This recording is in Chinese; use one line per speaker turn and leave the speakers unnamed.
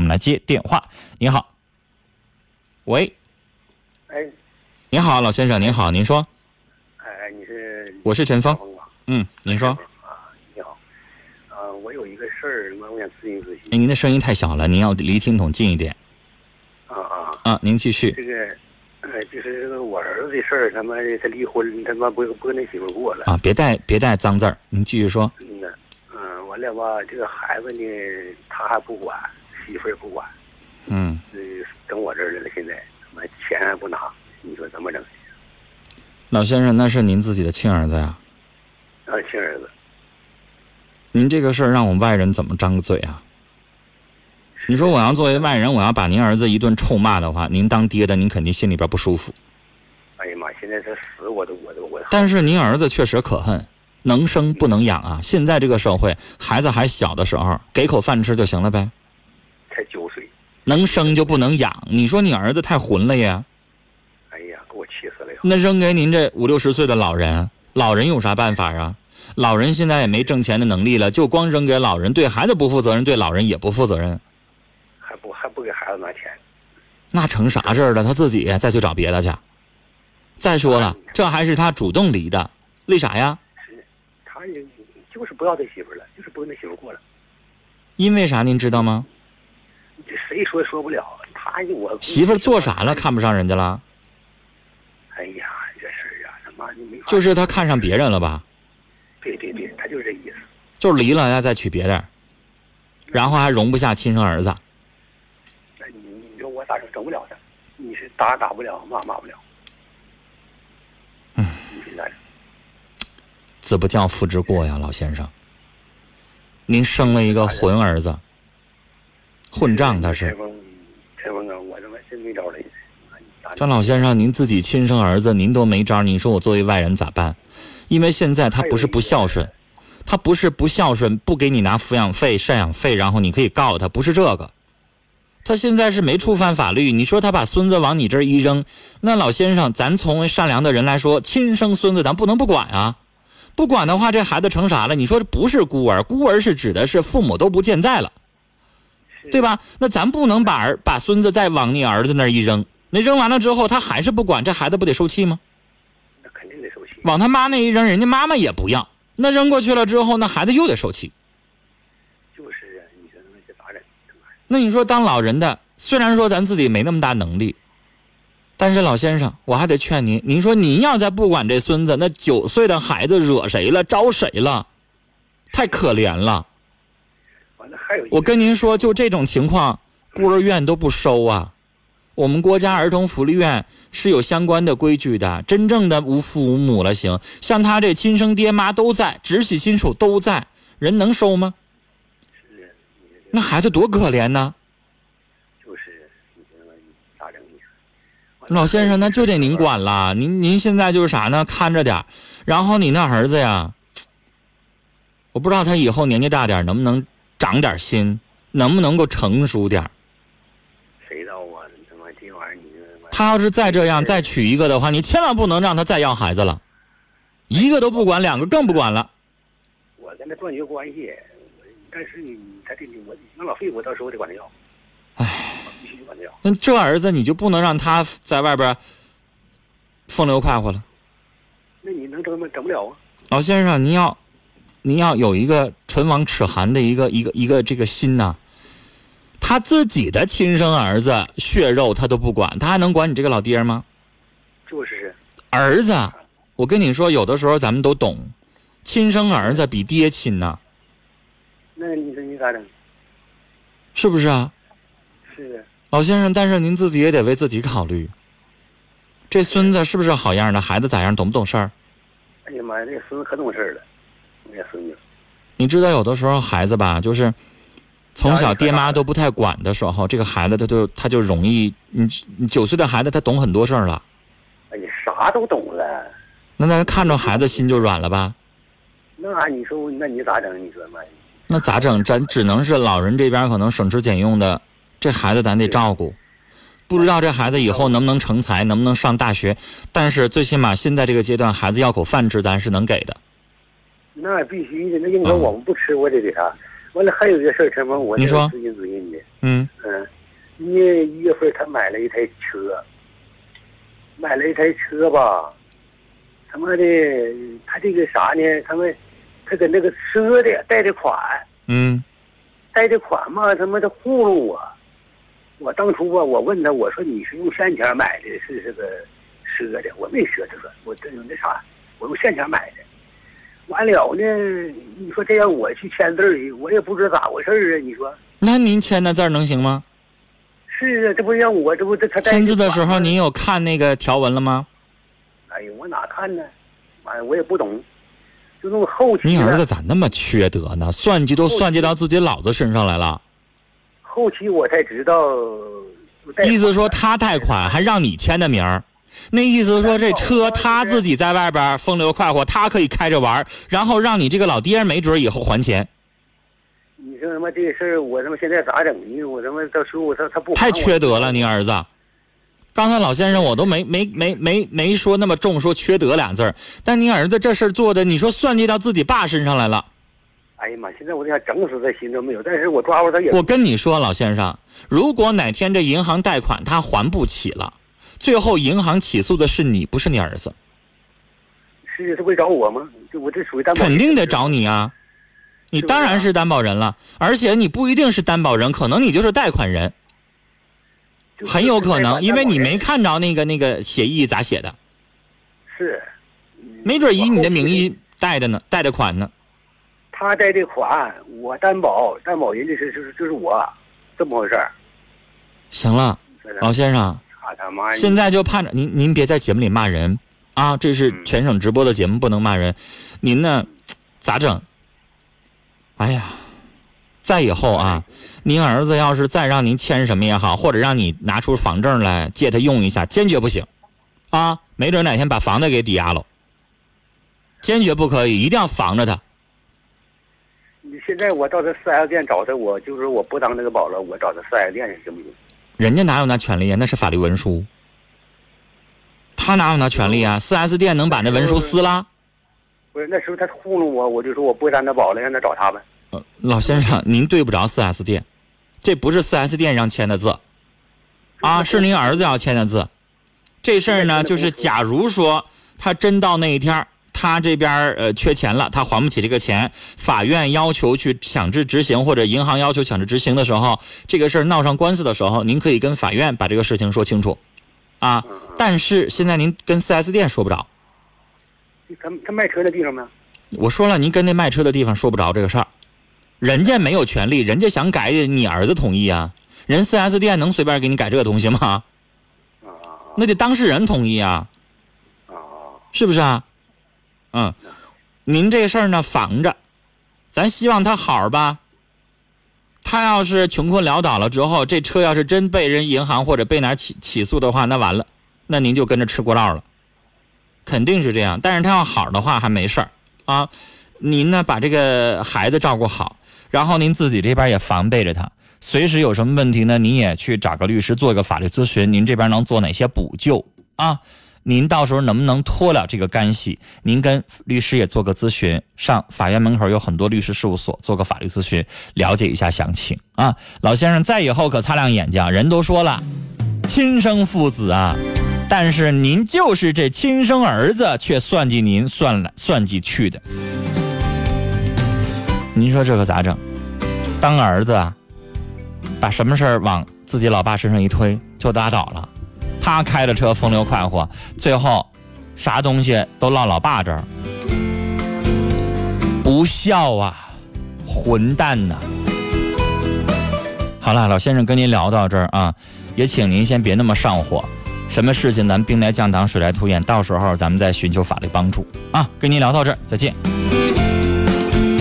们来接电话。您好，喂，
哎
您好，老先生，您好，您说，
哎，你是
我是陈峰
峰吧？
嗯，您说，
啊，你好，啊，我有一个事儿，那我想咨询咨
哎，
询。
您的声音太小了，您要离听筒近一点
啊啊，
啊。您继续，
这个，呃，就是这个我儿子的事儿，他妈的，他离婚，他妈不不跟他媳妇过了。
啊，别带别带脏字儿，您继续说。
嗯呐，嗯，完了吧，这个孩子呢，他还不管，媳妇儿也不管，
嗯，
嗯，整我这儿来了，现在他妈钱还不拿，你说怎么整？
老先生，那是您自己的亲儿子呀，
啊，亲儿子，
您这个事儿让我们外人怎么张个嘴啊？你说我要作为外人，我要把您儿子一顿臭骂的话，您当爹的您肯定心里边不舒服。
哎呀妈，现在他死我都我都我都。
但是您儿子确实可恨，能生不能养啊！现在这个社会，孩子还小的时候，给口饭吃就行了呗，
才九岁，
能生就不能养。你说你儿子太混了呀？
哎呀，给我气死了呀！
那扔给您这五六十岁的老人，老人有啥办法啊？老人现在也没挣钱的能力了，就光扔给老人，对孩子不负责任，对老人也不负责任，
还不还不给孩子拿钱。
那成啥事儿了？他自己再去找别的去。再说了，这还是他主动离的，为啥呀？
他也就是不要他媳妇儿了，就是不跟他媳妇儿过了。
因为啥您知道吗？
这谁说也说不了，他我
媳妇儿做啥了？？看不上人家了？
哎呀，这事儿啊，他妈的没法。
就是他看上别人了吧？
对对对，他就是这意思。
就是离了，要再娶别人，然后还容不下亲生儿子。
那哎你你说我咋整？整不了他，你是打打不了，骂骂不了。嗯，你说咋整？
子不教，父之过呀，老先生。您生了一个混儿子，混账他
陈
是。
峰，陈峰啊，我他妈真没招了。啊你咋
张
整
老先生，您自己亲生儿子您都没招，你说我作为外人咋办？因为现在他不是不孝顺，他不是不孝顺，不给你拿抚养费、赡养费，然后你可以告他，不是这个。他现在是没触犯法律，你说他把孙子往你这儿一扔，那老先生，咱从为善良的人来说，亲生孙子咱不能不管啊。不管的话，这孩子成啥了？你说这不是孤儿，孤儿是指的是父母都不健在了，对？吧？那咱不能把儿把孙子再往你儿子那儿一扔，那扔完了之后他还是不管，这孩子不得受气吗？
是那肯定得受气。
往他妈那一扔，人家妈妈也不要，那扔过去了之后，那孩子又得受气。
就是啊，你说他妈这咋整？他妈
那你说当老人的，虽然说咱自己没那么大能力，但是老先生，我还得劝您，您说您要再不管这孙子，那九岁的孩子惹谁了，招谁了，太可怜了。
完了还有一个
我跟您说，就这种情况，孤儿院都不收啊。我们国家儿童福利院是有相关的规矩的，真正的无父无母了行，像他这亲生爹妈都在，直系亲属都在，人能收吗？
是啊你说这
那孩子多可怜呢！
就是你说你咋整你？
老先生，那就得您。管了。您您现在就是啥呢？看着点儿然后你那儿子呀，我不知道他以后年纪大点儿能不能长点儿心，能不能够成熟点儿
谁知道啊？他妈这玩意儿，你说他妈
他要是再这样再娶一个的话，你千万不能让他再要孩子了，一个都不管，两个更不管了。
我跟他断绝关系，我但是你他这里我养老费我到时候我得管他要，唉，必须管他要。
那这儿子你就不能让他在外边风流快活了。
那你能整吗？整不了啊。
老先生，您要您要有一个唇亡齿寒的一个一个一个这个心呐、他自己的亲生儿子血肉他都不管，他还能管你这个老爹吗？
就是
儿子，我跟你说，有的时候咱们都懂，亲生儿子比爹亲呐、
那你说你咋整？
是不是啊？
是啊，
老先生，但是您自己也得为自己考虑，这孙子是不是好样的？孩子咋样？懂不懂事儿？
哎呀妈呀，这孙子可懂事儿了，那孙女。
你知道，有的时候孩子吧，就是从小爹妈都不太管的时候，这个孩子他就他就容易，你你九岁的孩子他懂很多事儿了，
哎呀，啥都懂了。
那咱看着孩子心就软了吧？
那你说，那你咋整？你说妈呀，
那咋整？咱只能是老人这边可能省吃俭用的，这孩子咱得照顾。不知道这孩子以后能不能成才，能不能上大学，但是最起码现在这个阶段，孩子要口饭吃，咱是能给的。
那必须的。那应该
嗯
我们不吃，我得给他。完了，还有一个事儿，陈峰，我
你
这
说
咨询咨询你。
嗯，
嗯，年一月份他买了一台车，买了一台车吧，他妈的，他这个啥呢？他们，他跟那个车的贷的款，
嗯
贷的款嘛，他妈的糊弄我。我当初啊，我问他，我说你是用现钱买的，是这个赊的？我没赊，他说我这有那啥，我用现钱买的。完了呢，你说这让我去签字儿，我也不知咋回事儿啊。你说
那您签的字儿能行吗？
是啊，这不让我这不这他贷
签字的时
款
候，
吗
您有看那个条文了吗？
哎呀，我哪看呢？完了我也不懂，就弄后期
您
了
儿子咋那么缺德呢？算计都算计到自己老子身上来了。
后期我才知道，就贷款
意思说他贷款还让你签的名儿，那意思说这车他自己在外边儿风流快活，他可以开着玩儿，然后让你这个老爹没准儿以后还钱，
你说他妈这个事儿，我他妈现在咋整呢？我他妈到时候我他他不还
太
我
缺德了，您儿子。刚才老先生我都没没没没没说那么重，说缺德俩字儿，但您儿子这事儿做的，你说算计到自己爸身上来了。
哎呀妈！现在我都想整死他，心都没有。但是我抓住他也，
我跟你说，老先生，如果哪天这银行贷款他还不起了，最后银行起诉的是你，不是你儿子，
是他会找我吗？就我这属于担保人，
肯定得找你啊。你
是不是啊
当然是担保人了，而且你不一定是担保人，可能你就是贷款人，
就是
很有可
担保
能，
人
因为你没看着那个那个协议咋写的，
是，
没准以你的名义贷的呢，贷的款呢。
他贷的款，我担保，担保人就是就是就是我，这么回事儿。
行了，老先生，
啊他妈！
现在就盼着您，您别在节目里骂人啊！这是
嗯
全省直播的节目，不能骂人。您呢，咋整？哎呀，再以后啊，您儿子要是再让您签什么也好，或者让你拿出房证来借他用一下，坚决不行啊！没准哪天把房子给抵押了，坚决不可以，一定要防着他。
你现在我到他四 S 店找他，我就是我不当这个保了，我找他四 S 店行不行？
人家哪有那权利呀、那是法律文书。他哪有那权利啊？四 S 店能把那文书撕了？
不是那时候他糊弄我，我就说我不担他保了，让他找他们。
呃，老先生，您对不着 4S 店，这不是 4S 店让签的字，啊，是您儿子要签的字。这事儿呢，就是假如说他真到那一天儿，他这边儿呃缺钱了，他还不起这个钱，法院要求去强制执行或者银行要求强制执行的时候，这个事儿闹上官司的时候，您可以跟法院把这个事情说清楚，啊，
嗯
但是现在您跟 4S 店说不着，
嗯他他卖车的地方吗？
我说了，您跟那卖车的地方说不着这个事儿，人家没有权利，人家想改，你儿子同意啊。人4 S 店能随便给你改这个东西吗？
啊啊
那得当事人同意啊，
啊啊！
是不是啊？嗯，您这事儿呢，防着，咱希望他好儿吧。他要是穷困潦倒了之后，这车要是真被人银行或者被哪儿起起诉的话，那完了，那您就跟着吃锅烙了，肯定是这样。但是他要好的话还没事儿啊。您呢，把这个孩子照顾好，然后您自己这边也防备着他，随时有什么问题呢，您也去找个律师做一个法律咨询，您这边能做哪些补救啊？您到时候能不能脱了这个干系？您跟律师也做个咨询，上法院门口有很多律师事务所做个法律咨询，了解一下详情啊。老先生，再以后可擦亮眼睛啊，人都说了，亲生父子啊，但是您就是这亲生儿子，却算计您算来算计去的，您说这可咋整？当儿子啊，把什么事儿往自己老爸身上一推就拉倒了。他开着车风流快活，最后啥东西都落老爸这儿，不孝啊，混蛋呐、好了，老先生跟您聊到这儿啊，也请您先别那么上火。什么事情咱兵来将挡，水来土掩，到时候咱们再寻求法律帮助啊。跟您聊到这儿，再见。